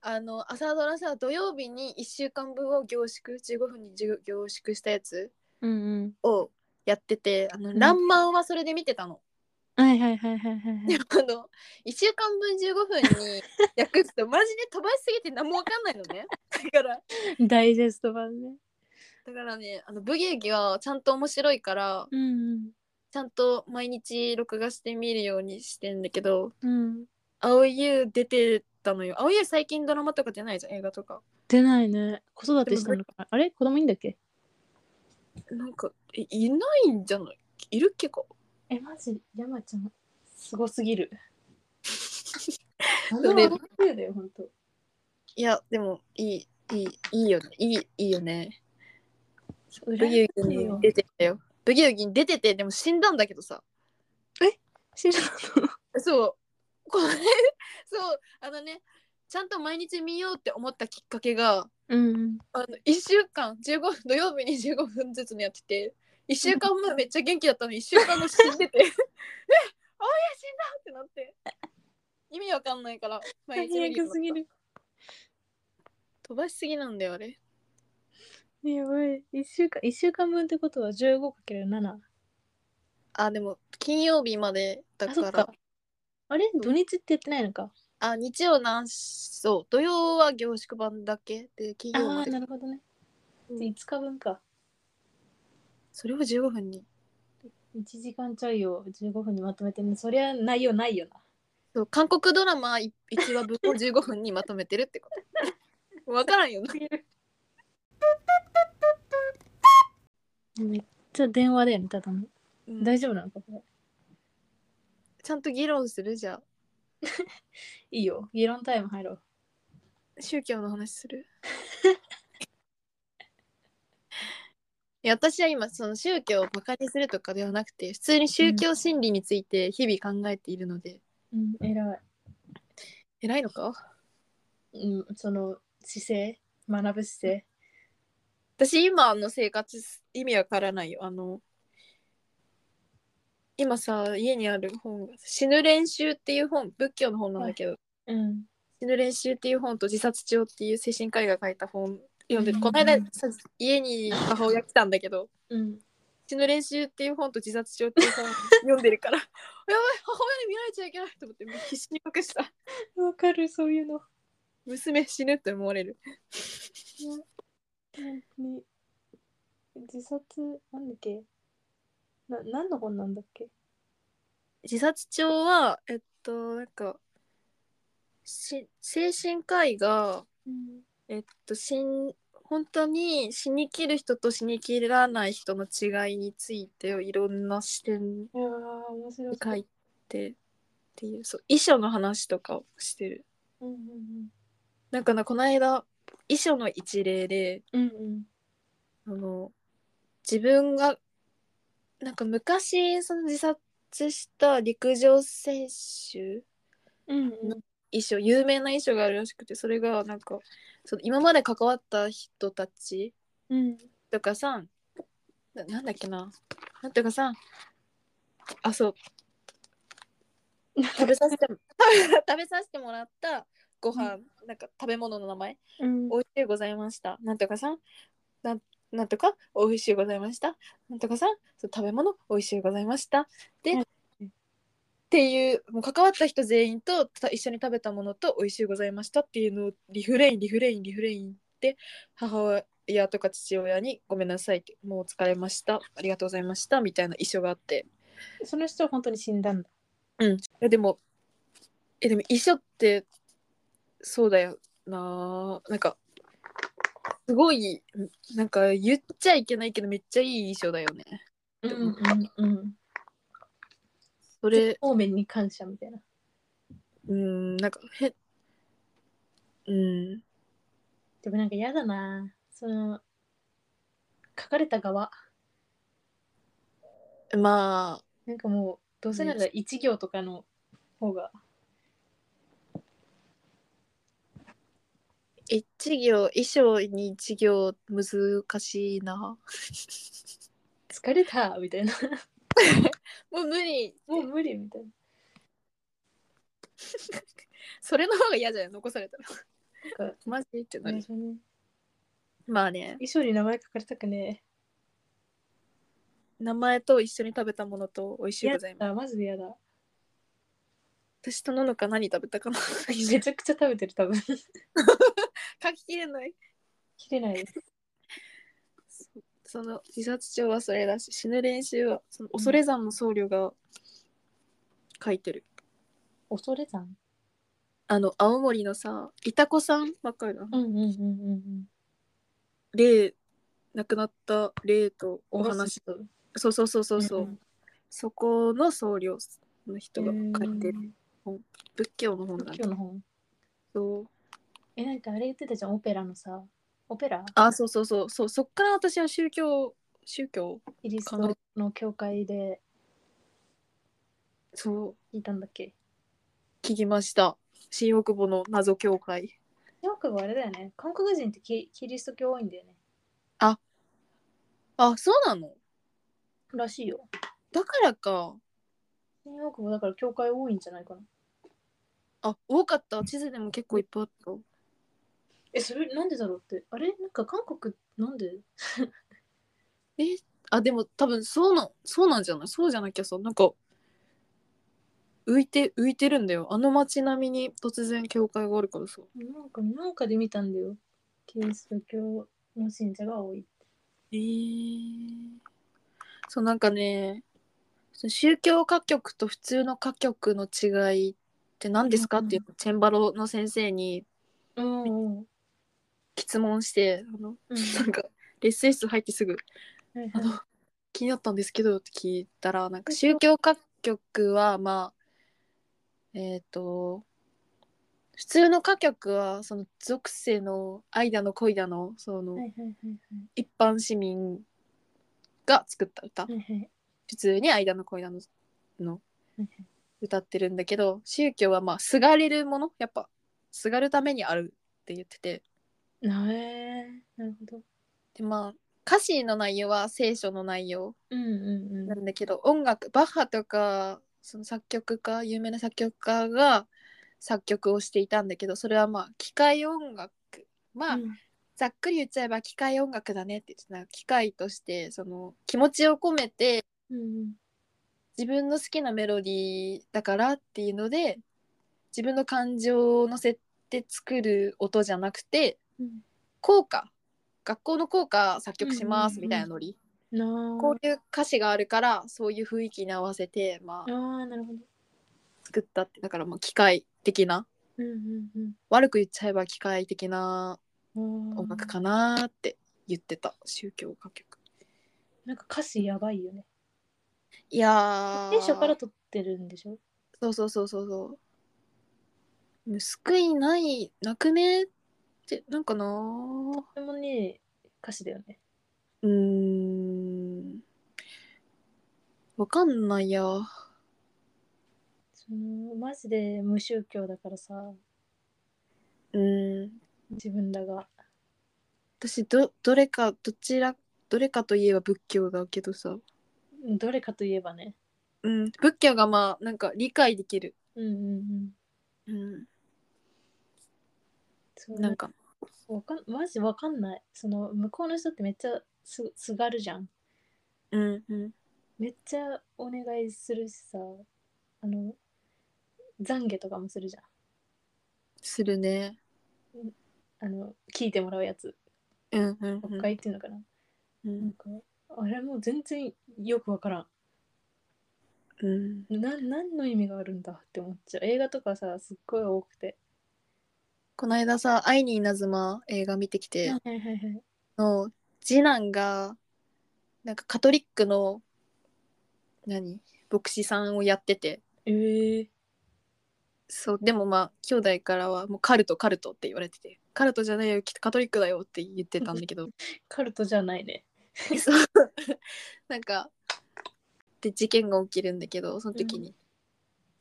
[SPEAKER 1] あの朝ドラさ土曜日に1週間分を凝縮15分に凝縮したやつ
[SPEAKER 2] うん
[SPEAKER 1] をやってて「あの
[SPEAKER 2] ん
[SPEAKER 1] らんまん」はそれで見てたの。
[SPEAKER 2] うん。はいはいはいはいはいは
[SPEAKER 1] で
[SPEAKER 2] い。
[SPEAKER 1] も あの1週間分15分 に訳すとマジで飛ばしすぎて何もわかんないのね。だから
[SPEAKER 2] ダイジェスト版ね。
[SPEAKER 1] だからねあのブギウギはちゃんと面白いから
[SPEAKER 2] うん
[SPEAKER 1] ちゃんと毎日録画して見るようにしてんだけど
[SPEAKER 2] うん。うん。
[SPEAKER 1] 青い優出てたのよ青い優最近ドラマとか出ないじゃん映画とか
[SPEAKER 2] 出ないね。子育てしてんのかな。あれ子供いいんだっけ
[SPEAKER 1] なんかえいないんじゃないいるっけか
[SPEAKER 2] え、マジ、山ちゃん、すごすぎる。何でも話せるよ、本当。
[SPEAKER 1] いや、でも、いい、いい、いいよね。いい、いいよね。
[SPEAKER 2] ブ
[SPEAKER 1] ブギウギに出てたよ。ブギウギに出てて、でも死んだんだけどさ。
[SPEAKER 2] 知ら んの
[SPEAKER 1] そう。これ、そう、あのね、ちゃんと毎日見ようって思ったきっかけが、
[SPEAKER 2] うん。
[SPEAKER 1] あの1週間15分土曜日に15分ずつのやってて1週間前めっちゃ元気だったのに1週間後死んでて えっおや死んだってなって意味わかんないから毎日見
[SPEAKER 2] 最
[SPEAKER 1] るよう
[SPEAKER 2] 悪
[SPEAKER 1] になった
[SPEAKER 2] すぎる。
[SPEAKER 1] 飛ばしすぎなんだよあれ
[SPEAKER 2] やばい。一週間、一週間分ってことは 15×7。
[SPEAKER 1] あでも金曜日までだ
[SPEAKER 2] あ、そ
[SPEAKER 1] か
[SPEAKER 2] っ
[SPEAKER 1] ら
[SPEAKER 2] か。あれ土日ってやってないのか。
[SPEAKER 1] あ日曜なんそう土曜は凝縮版だけで金曜
[SPEAKER 2] あ
[SPEAKER 1] ま
[SPEAKER 2] あ、
[SPEAKER 1] で
[SPEAKER 2] なるほどね。
[SPEAKER 1] うん
[SPEAKER 2] じゃあ5日分か。
[SPEAKER 1] それを15分に
[SPEAKER 2] 1時間ちょいを15分にまとめてね、そりゃ内容ないよな。
[SPEAKER 1] そう韓国ドラマ1話分を15分にまとめてるってこと わからんよな
[SPEAKER 2] めっちゃ電話だよね、ただの。
[SPEAKER 1] うん
[SPEAKER 2] 大丈夫なのかこれ。
[SPEAKER 1] ちゃんと議論するじゃあ
[SPEAKER 2] いいよ。議論タイム入ろう。
[SPEAKER 1] 宗教の話す るいや私は今その宗教をバカにするとかではなくて普通に宗教心理について日々考えているので、
[SPEAKER 2] うん、偉い。
[SPEAKER 1] 偉いのか
[SPEAKER 2] うん、その姿勢、学ぶ姿勢。
[SPEAKER 1] 私今の生活意味わからないよあの今さ家にある本「死ぬ練習」っていう本仏教の本なんだけど、
[SPEAKER 2] うん。
[SPEAKER 1] 死ぬ練習っていう本と自殺帳っていう精神科医が書いた本読んでてこの
[SPEAKER 2] う
[SPEAKER 1] 間
[SPEAKER 2] ん
[SPEAKER 1] さ家に母親来たんだけど
[SPEAKER 2] うん。
[SPEAKER 1] 死の練習っていう本と自殺帳っていう本を読んでるから やばい母親に見られちゃいけないと思ってもう必死に隠した
[SPEAKER 2] わかる、そういうの。
[SPEAKER 1] 娘死ぬって思われる
[SPEAKER 2] 本当に自殺なんだっけな何の本なんだっけ
[SPEAKER 1] 自殺帳はえっとなんかし精神科医が
[SPEAKER 2] うん
[SPEAKER 1] えっと死ん本当に死にきる人と死にきらない人の違いについてをいろんな視点
[SPEAKER 2] いやー面白
[SPEAKER 1] で
[SPEAKER 2] い
[SPEAKER 1] 書いてっていうそう遺書の話とかをしてる
[SPEAKER 2] うんうん
[SPEAKER 1] なんかなこの間遺書の一例で
[SPEAKER 2] うんうん
[SPEAKER 1] あの自分がなんか昔その自殺した陸上選手
[SPEAKER 2] うん
[SPEAKER 1] 衣装有名な衣装があるらしくてそれがなんかその今まで関わった人たち
[SPEAKER 2] うん
[SPEAKER 1] とかさんななんだっけななんとかさんあそう食べさせて食べさせてもらったご飯、なんか食べ物の名前
[SPEAKER 2] うん
[SPEAKER 1] おいしゅうございました。なんとかさん。なんなんとかおいしゅうございました。なんとかさん。そう食べ物おいしゅうございました。で、
[SPEAKER 2] うん
[SPEAKER 1] っていうもう関わった人全員とた一緒に食べたものとおいしゅうございましたっていうのをリフレインリフレインリフレインって母親とか父親にごめんなさいってもう疲れましたありがとうございましたみたいな遺書があって
[SPEAKER 2] その人は本当に死んだんだ
[SPEAKER 1] うんいやでもえでも遺書ってそうだよななんかすごいなんか言っちゃいけないけどめっちゃいい衣装だよね
[SPEAKER 2] うん
[SPEAKER 1] うん
[SPEAKER 2] うん
[SPEAKER 1] そ
[SPEAKER 2] 全
[SPEAKER 1] れ
[SPEAKER 2] 方面に感謝みたいな
[SPEAKER 1] うんなんかへうん
[SPEAKER 2] でもなんか嫌だなその書かれた側
[SPEAKER 1] まあ
[SPEAKER 2] なんかもうどうせなら一行とかの方が
[SPEAKER 1] 一行衣装に一行難しいな
[SPEAKER 2] 疲れたみた いな
[SPEAKER 1] もう無理
[SPEAKER 2] もう無理みたいな
[SPEAKER 1] それの方が嫌じゃん残された
[SPEAKER 2] な
[SPEAKER 1] ら
[SPEAKER 2] んか
[SPEAKER 1] マジってな
[SPEAKER 2] 最
[SPEAKER 1] る、
[SPEAKER 2] 初ね
[SPEAKER 1] まあね
[SPEAKER 2] 衣装に名前書かれたくねえ
[SPEAKER 1] 名前と一緒に食べたものとおいしゅうございま
[SPEAKER 2] やだマジでやだ。
[SPEAKER 1] す私とののか何食べたかな
[SPEAKER 2] めちゃくちゃ食べてる、多分。
[SPEAKER 1] 書ききれない
[SPEAKER 2] 切れないです。
[SPEAKER 1] その自殺帳はそれだし死ぬ練習はその恐れ山の僧侶が書いてる、
[SPEAKER 2] 恐れ山
[SPEAKER 1] あの青森のさいたこさんばっかりだ
[SPEAKER 2] うんうんうんうん。
[SPEAKER 1] 霊亡くなった霊とお
[SPEAKER 2] お
[SPEAKER 1] 話
[SPEAKER 2] 話と。
[SPEAKER 1] そうそうそうそうそう、
[SPEAKER 2] ん
[SPEAKER 1] そこの僧侶の人が書いてる、
[SPEAKER 2] うん
[SPEAKER 1] 本仏教の本なん
[SPEAKER 2] 今日
[SPEAKER 1] だ
[SPEAKER 2] の本
[SPEAKER 1] そう
[SPEAKER 2] えなんかあれ言ってたじゃんオペラのさオペラ
[SPEAKER 1] あそうそうそうそうそっから私は宗教宗教
[SPEAKER 2] イギリスのの教会で
[SPEAKER 1] そう
[SPEAKER 2] 聞いたんだっけ
[SPEAKER 1] 聞きました新大久保の謎教会
[SPEAKER 2] よくあれだよね韓国人ってキキリスト教多いんだよね
[SPEAKER 1] あそうなの
[SPEAKER 2] らしいよ
[SPEAKER 1] だからか
[SPEAKER 2] 新大久保だから教会多いんじゃないかな
[SPEAKER 1] あ多かった地図でも結構いっぱいあった
[SPEAKER 2] えそれなんでだろうってあれなんか韓国なんで
[SPEAKER 1] えあでも多分そうなんそうなんじゃないそうじゃなきゃさなんか浮いて浮いてるんだよあの街並みに突然教会があるからさ
[SPEAKER 2] なんかなんかで見たんだよキリスト教の信者が多い
[SPEAKER 1] えー、そうなんかねその宗教歌曲と普通の歌曲の違いって何ですか
[SPEAKER 2] うん
[SPEAKER 1] っていうのをチェンバロの先生に
[SPEAKER 2] うんうん
[SPEAKER 1] 質問してあの
[SPEAKER 2] うん
[SPEAKER 1] なんかレッスン室入ってすぐ
[SPEAKER 2] はい
[SPEAKER 1] あ
[SPEAKER 2] はい
[SPEAKER 1] の気になったんですけどって聞いたらなんか宗教歌曲はまあえっ、と普通の歌曲はその属性の愛だの恋だのそ
[SPEAKER 2] はいは
[SPEAKER 1] の
[SPEAKER 2] いはい
[SPEAKER 1] 一般市民が作った歌
[SPEAKER 2] はいはいはい
[SPEAKER 1] 普通に間の恋だのの
[SPEAKER 2] はい
[SPEAKER 1] 歌ってるんだけど宗教はまあすがれるものやっぱすがるためにあるって言ってて
[SPEAKER 2] なえなるほど
[SPEAKER 1] でまあ歌詞の内容は聖書の内容
[SPEAKER 2] うんうん
[SPEAKER 1] なんだけど音楽バッハとかその作曲家有名な作曲家が作曲をしていたんだけどそれはまあ機械音楽まあ、
[SPEAKER 2] うん
[SPEAKER 1] ざっくり言っちゃえば機械音楽だねって言ってたなんか機械としてその気持ちを込めて
[SPEAKER 2] うん
[SPEAKER 1] 自分の好きなメロディーだからっていうので自分の感情を乗せて作る音じゃなくて
[SPEAKER 2] うん
[SPEAKER 1] 校歌学校の校歌作曲しま
[SPEAKER 2] うん
[SPEAKER 1] す
[SPEAKER 2] うんう
[SPEAKER 1] み
[SPEAKER 2] ん
[SPEAKER 1] たいなノリ、
[SPEAKER 2] な
[SPEAKER 1] こういう歌詞があるからそういう雰囲気に合わせて、まあ、
[SPEAKER 2] ああーなるほど
[SPEAKER 1] 作ったってだからまあ機械的な
[SPEAKER 2] うんうん
[SPEAKER 1] 悪く言っちゃえば機械的な
[SPEAKER 2] うん
[SPEAKER 1] 音楽かなって言ってた宗教歌曲。
[SPEAKER 2] なんか歌詞やばいよね
[SPEAKER 1] いやー
[SPEAKER 2] 聖書から取ってるんでしょ
[SPEAKER 1] そうそうそうそうそう。救いない、なくねって、なんかなぁ
[SPEAKER 2] とてもね歌詞だよね
[SPEAKER 1] うーん。わかんないや。
[SPEAKER 2] そのマジで無宗教だからさ
[SPEAKER 1] うん。
[SPEAKER 2] 自分らが
[SPEAKER 1] 私、ど、どれか、どちら、どれかといえば仏教だけどさ。
[SPEAKER 2] どれかといえばね
[SPEAKER 1] うん。仏教がまあ、なんか理解できる。
[SPEAKER 2] うんうんうん
[SPEAKER 1] うん。
[SPEAKER 2] そう
[SPEAKER 1] なんか、
[SPEAKER 2] わかんマジわかんないその向こうの人ってめっちゃすすがるじゃん
[SPEAKER 1] うんうん。
[SPEAKER 2] めっちゃお願いするしさあの懺悔とかもするじゃ
[SPEAKER 1] するね。
[SPEAKER 2] んあの聞いてもらうやつ
[SPEAKER 1] うんうん、
[SPEAKER 2] 国会っていうのかな、
[SPEAKER 1] う
[SPEAKER 2] なん
[SPEAKER 1] ん。
[SPEAKER 2] かあれもう全然よくわから
[SPEAKER 1] うん。
[SPEAKER 2] んな何の意味があるんだって思っちゃう映画とかさすっごい多くて
[SPEAKER 1] この間さ、愛に稲妻映画見てきて。
[SPEAKER 2] いはいはい
[SPEAKER 1] の次男がなんかカトリックの何牧師さんをやってて
[SPEAKER 2] ええ
[SPEAKER 1] そうでもまあ兄弟からはもうカルトカルトって言われててカルトじゃないよきっとカトリックだよって言ってたんだけど
[SPEAKER 2] カルトじゃないね
[SPEAKER 1] そうなんかで事件が起きるんだけどその時に、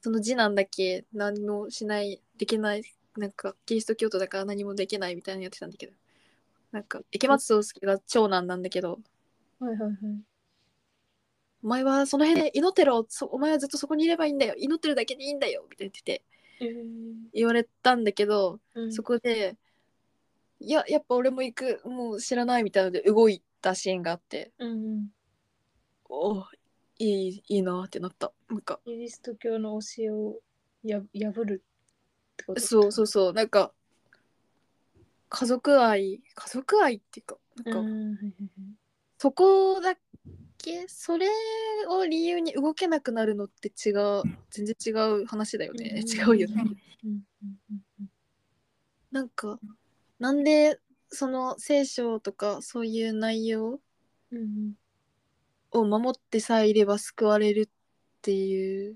[SPEAKER 1] その次男だけ何もしないできないなんかキリスト教徒だから何もできないみたいなのやってたんだけどなんか池松壮亮が長男なんだけど
[SPEAKER 2] はいはいはい
[SPEAKER 1] お前はその辺で祈ってろそお前はずっとそこにいればいいんだよ祈ってるだけでいいんだよみたいな言ってて
[SPEAKER 2] ええ
[SPEAKER 1] 言われたんだけど、
[SPEAKER 2] うん
[SPEAKER 1] そこでいややっぱ俺も行くもう知らないみたいなので動いたシーンがあって
[SPEAKER 2] うんうん
[SPEAKER 1] おおいいいいなってなったなんか
[SPEAKER 2] キリスト教の教えをや破るってこと
[SPEAKER 1] そうそうそうなんか家族愛家族愛っていうかなんか、
[SPEAKER 2] うん
[SPEAKER 1] そこだけそれを理由に動けなくなるのって違う全然違う話だよね違うよね。
[SPEAKER 2] うんうんうんうん
[SPEAKER 1] なんかなんでその聖書とかそういう内容
[SPEAKER 2] うんうん
[SPEAKER 1] を守ってさえいれば救われるっていう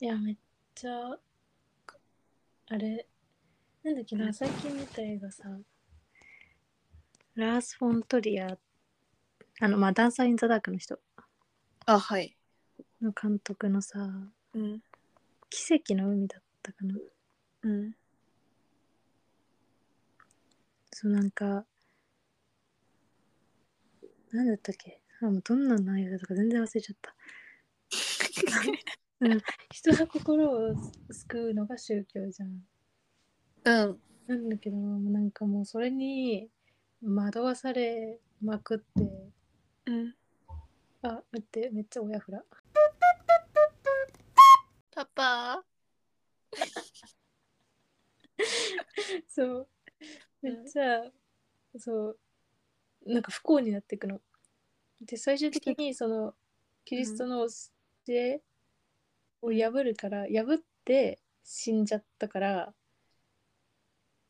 [SPEAKER 2] いや、めっちゃ、あれ、なんだっけな、最近見た映画さ、ラース・フォントリア、あの、まあ、ダンサー・イン・ザ・ダークの人
[SPEAKER 1] あ、はい。
[SPEAKER 2] の監督のさ、
[SPEAKER 1] うん。
[SPEAKER 2] 奇跡の海だったかな。
[SPEAKER 1] うん。
[SPEAKER 2] そう、なんか、なんだったっけあ、もうどんな内容だとか全然忘れちゃった。うん、人の心を救うのが宗教じゃん。
[SPEAKER 1] うん。
[SPEAKER 2] なんだけどなんかもうそれに惑わされまくって
[SPEAKER 1] うん。
[SPEAKER 2] あ待ってめっちゃ親フラ
[SPEAKER 1] パパ
[SPEAKER 2] そうめっちゃ、そうなんか不幸になっていくので最終的にそのキリストの教えを破るから破って死んじゃったから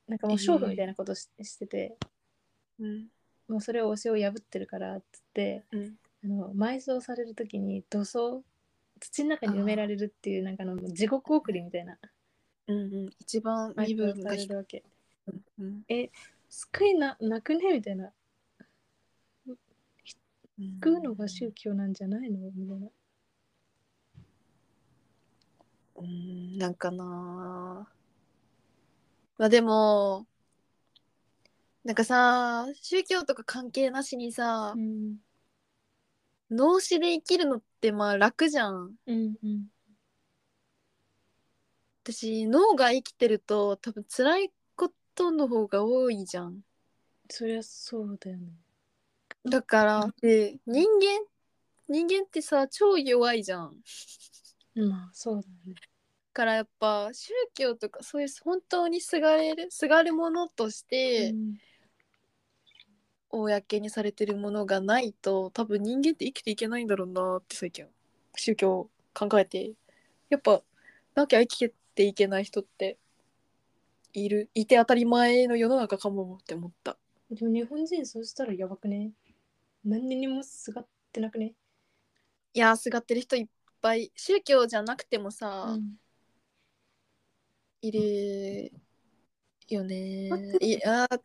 [SPEAKER 2] なんかもう勝負みたいなことし,、してて
[SPEAKER 1] うん。
[SPEAKER 2] もうそれを教えを破ってるからっつって
[SPEAKER 1] うん。
[SPEAKER 2] あの埋葬される時に土葬土の中に埋められるっていうなんかあの地獄送りみたいな
[SPEAKER 1] うんうん。一番身分が
[SPEAKER 2] 埋葬され
[SPEAKER 1] 低い。
[SPEAKER 2] るわけ
[SPEAKER 1] うん。
[SPEAKER 2] 救いななくねみたいな救うのが宗教なんじゃないのみたいな
[SPEAKER 1] うん、なんかなあまあでも、なんかさ、宗教とか関係なしにさ、
[SPEAKER 2] ん
[SPEAKER 1] 脳死で生きるのってまあ楽じゃん。
[SPEAKER 2] うんうん
[SPEAKER 1] 私、脳が生きてると多分辛いことの方が多いじゃん。
[SPEAKER 2] そりゃそうだよね
[SPEAKER 1] だから、で人間、人間ってさ、超弱いじゃん。
[SPEAKER 2] まあそうだよね
[SPEAKER 1] からやっぱ宗教とかそういう本当にすがれるすがるものとして
[SPEAKER 2] うん
[SPEAKER 1] 公にされてるものがないと多分人間って生きていけないんだろうなって最近宗教を考えてやっぱなきゃ生きていけない人っているいて当たり前の世の中かもって思った
[SPEAKER 2] でも日本人そうしたらやばくね何にもすがってなくね
[SPEAKER 1] いやーすがってる人いっぱい宗教じゃなくてもさ、
[SPEAKER 2] ん
[SPEAKER 1] いるよね
[SPEAKER 2] 待って
[SPEAKER 1] いやーい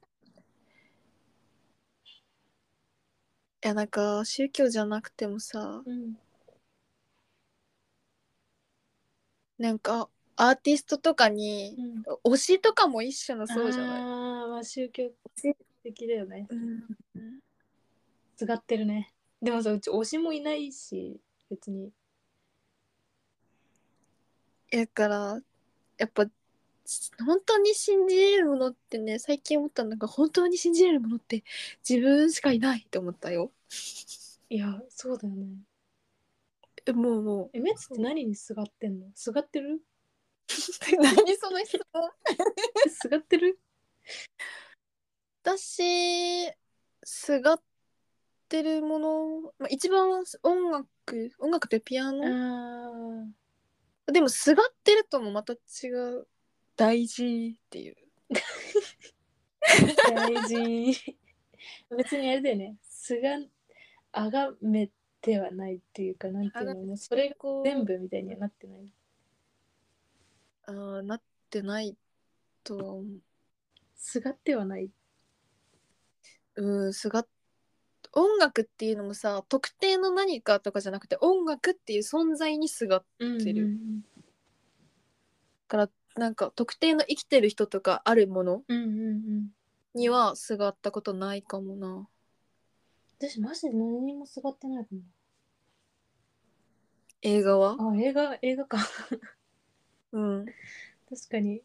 [SPEAKER 1] やなんか宗教じゃなくてもさ
[SPEAKER 2] うん
[SPEAKER 1] なんかアーティストとかに
[SPEAKER 2] うん
[SPEAKER 1] 推しとかも一種のそうじゃない
[SPEAKER 2] あーまあ宗教的だよね
[SPEAKER 1] うん
[SPEAKER 2] すがってるねでもさうち推しもいないし別に
[SPEAKER 1] だからやっぱ本当に信じれるものってね最近思ったのが本当に信じれるものって自分しかいないって思ったよ
[SPEAKER 2] いやそうだよね
[SPEAKER 1] えもうもう
[SPEAKER 2] えメツって何にすがってんのすがってる
[SPEAKER 1] 何その質問
[SPEAKER 2] えすがっ てる
[SPEAKER 1] 私すがってるもの、まあ、一番音楽音楽ってピア
[SPEAKER 2] あ
[SPEAKER 1] ノ、
[SPEAKER 2] ー
[SPEAKER 1] でもすがってるともまた違う大事っていう
[SPEAKER 2] 大事 別にあれだよねすがあがめてはないっていうかなんていうのもうそれが
[SPEAKER 1] こう
[SPEAKER 2] 全部みたいにはなってない
[SPEAKER 1] あーなってないとは思
[SPEAKER 2] すがってはないう
[SPEAKER 1] うんすが音楽っていうのもさ特定の何かとかじゃなくて音楽っていう存在にすがっ
[SPEAKER 2] って
[SPEAKER 1] るからなんか特定の生きてる人とかあるもの
[SPEAKER 2] うんうんうん
[SPEAKER 1] にはすがったことないかもな
[SPEAKER 2] 私マジで何にもすがってないか
[SPEAKER 1] 映画は
[SPEAKER 2] もあ映画映画か
[SPEAKER 1] うん
[SPEAKER 2] 確かに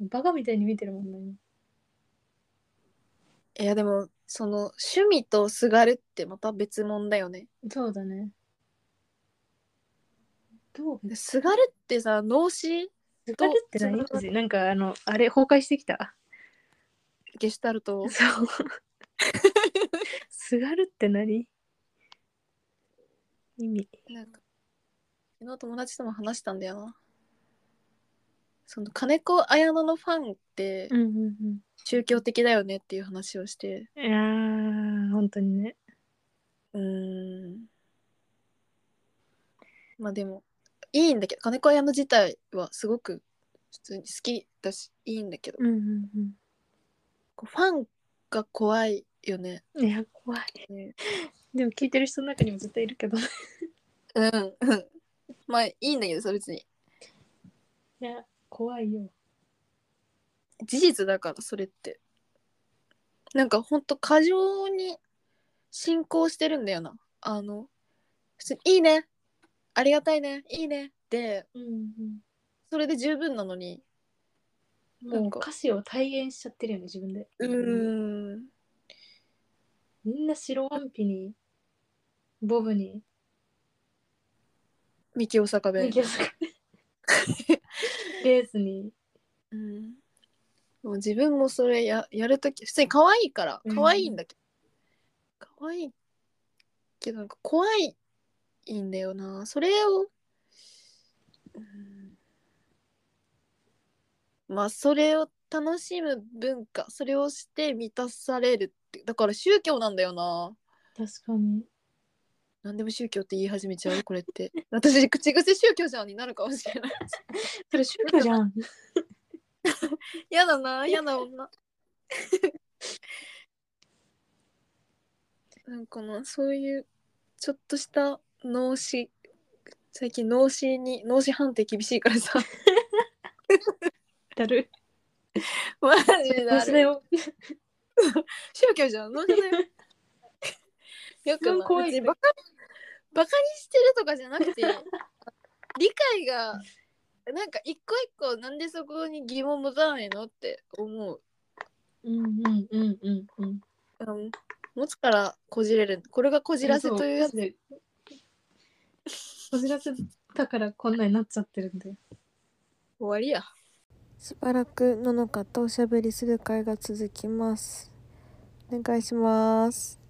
[SPEAKER 2] バカみたいに見てるもんね
[SPEAKER 1] いやでもその趣味とすがるってまた別物だよね。
[SPEAKER 2] そうだねどう
[SPEAKER 1] ですがるってさ脳死
[SPEAKER 2] すがるって何マジなんかあのあれ崩壊してきた
[SPEAKER 1] ゲシュタルト
[SPEAKER 2] そう。すがるって何意味。
[SPEAKER 1] なんか昨日友達とも話したんだよな。その金子綾乃のファンって
[SPEAKER 2] んうん
[SPEAKER 1] 宗教的だよねっていう話をして
[SPEAKER 2] うん。いやー、本当にね。
[SPEAKER 1] うーんまあでもいいんだけど金子綾乃自体はすごく普通に好きだしいいんだけど、
[SPEAKER 2] うんうん
[SPEAKER 1] こうファンが怖いよね。
[SPEAKER 2] うん。いや、怖い。
[SPEAKER 1] ね
[SPEAKER 2] でも聞いてる人の中にも絶対いるけど。い
[SPEAKER 1] うんうんまあいいんだけどそれ別に
[SPEAKER 2] や、怖いよ。
[SPEAKER 1] 事実だからそれってなんかほんと過剰に進行してるんだよなあの普通に「いいねありがたいねいいね」で
[SPEAKER 2] うん
[SPEAKER 1] それで十分なのに
[SPEAKER 2] うん。
[SPEAKER 1] な
[SPEAKER 2] も
[SPEAKER 1] ん
[SPEAKER 2] う
[SPEAKER 1] か
[SPEAKER 2] 歌詞を体現しちゃってるよね、自分で。
[SPEAKER 1] うん
[SPEAKER 2] みんな白ワンピに、ボブに、
[SPEAKER 1] 三木大阪
[SPEAKER 2] ミ
[SPEAKER 1] 弁
[SPEAKER 2] キヤスがレースに。
[SPEAKER 1] うんもう自分もそれややるとき普通に可愛いから
[SPEAKER 2] うん
[SPEAKER 1] 可愛いんだけど、可愛いけどなんか怖いんだよなそれを、うんまあそれを楽しむ文化それをして満たされるってだから宗教なんだよな
[SPEAKER 2] 確かに。
[SPEAKER 1] 何でも宗教って言い始めちゃうこれって私口癖宗教じゃんになるかもしれない
[SPEAKER 2] それ宗教じゃん。
[SPEAKER 1] 嫌だ な嫌な女なんかなそういうちょっとした脳死最近脳死に脳死判定厳しいからさ
[SPEAKER 2] だる。
[SPEAKER 1] マジであ
[SPEAKER 2] 私だ
[SPEAKER 1] れ
[SPEAKER 2] よ。
[SPEAKER 1] 宗教じゃん脳死だよ よく
[SPEAKER 2] すごい怖
[SPEAKER 1] ない
[SPEAKER 2] い
[SPEAKER 1] 別にバカバカにしてるとかじゃな くて理解がなんか一個一個なんでそこに疑問持たないのって思う
[SPEAKER 2] うんうんうんうんうん。
[SPEAKER 1] うん、持つからこじれるこれがこじらせというやつ
[SPEAKER 2] で。こじらせだからこんなになっちゃってるんで。
[SPEAKER 1] 終わりや
[SPEAKER 3] しばらくののかとおしゃべりする会が続きます。お願いします。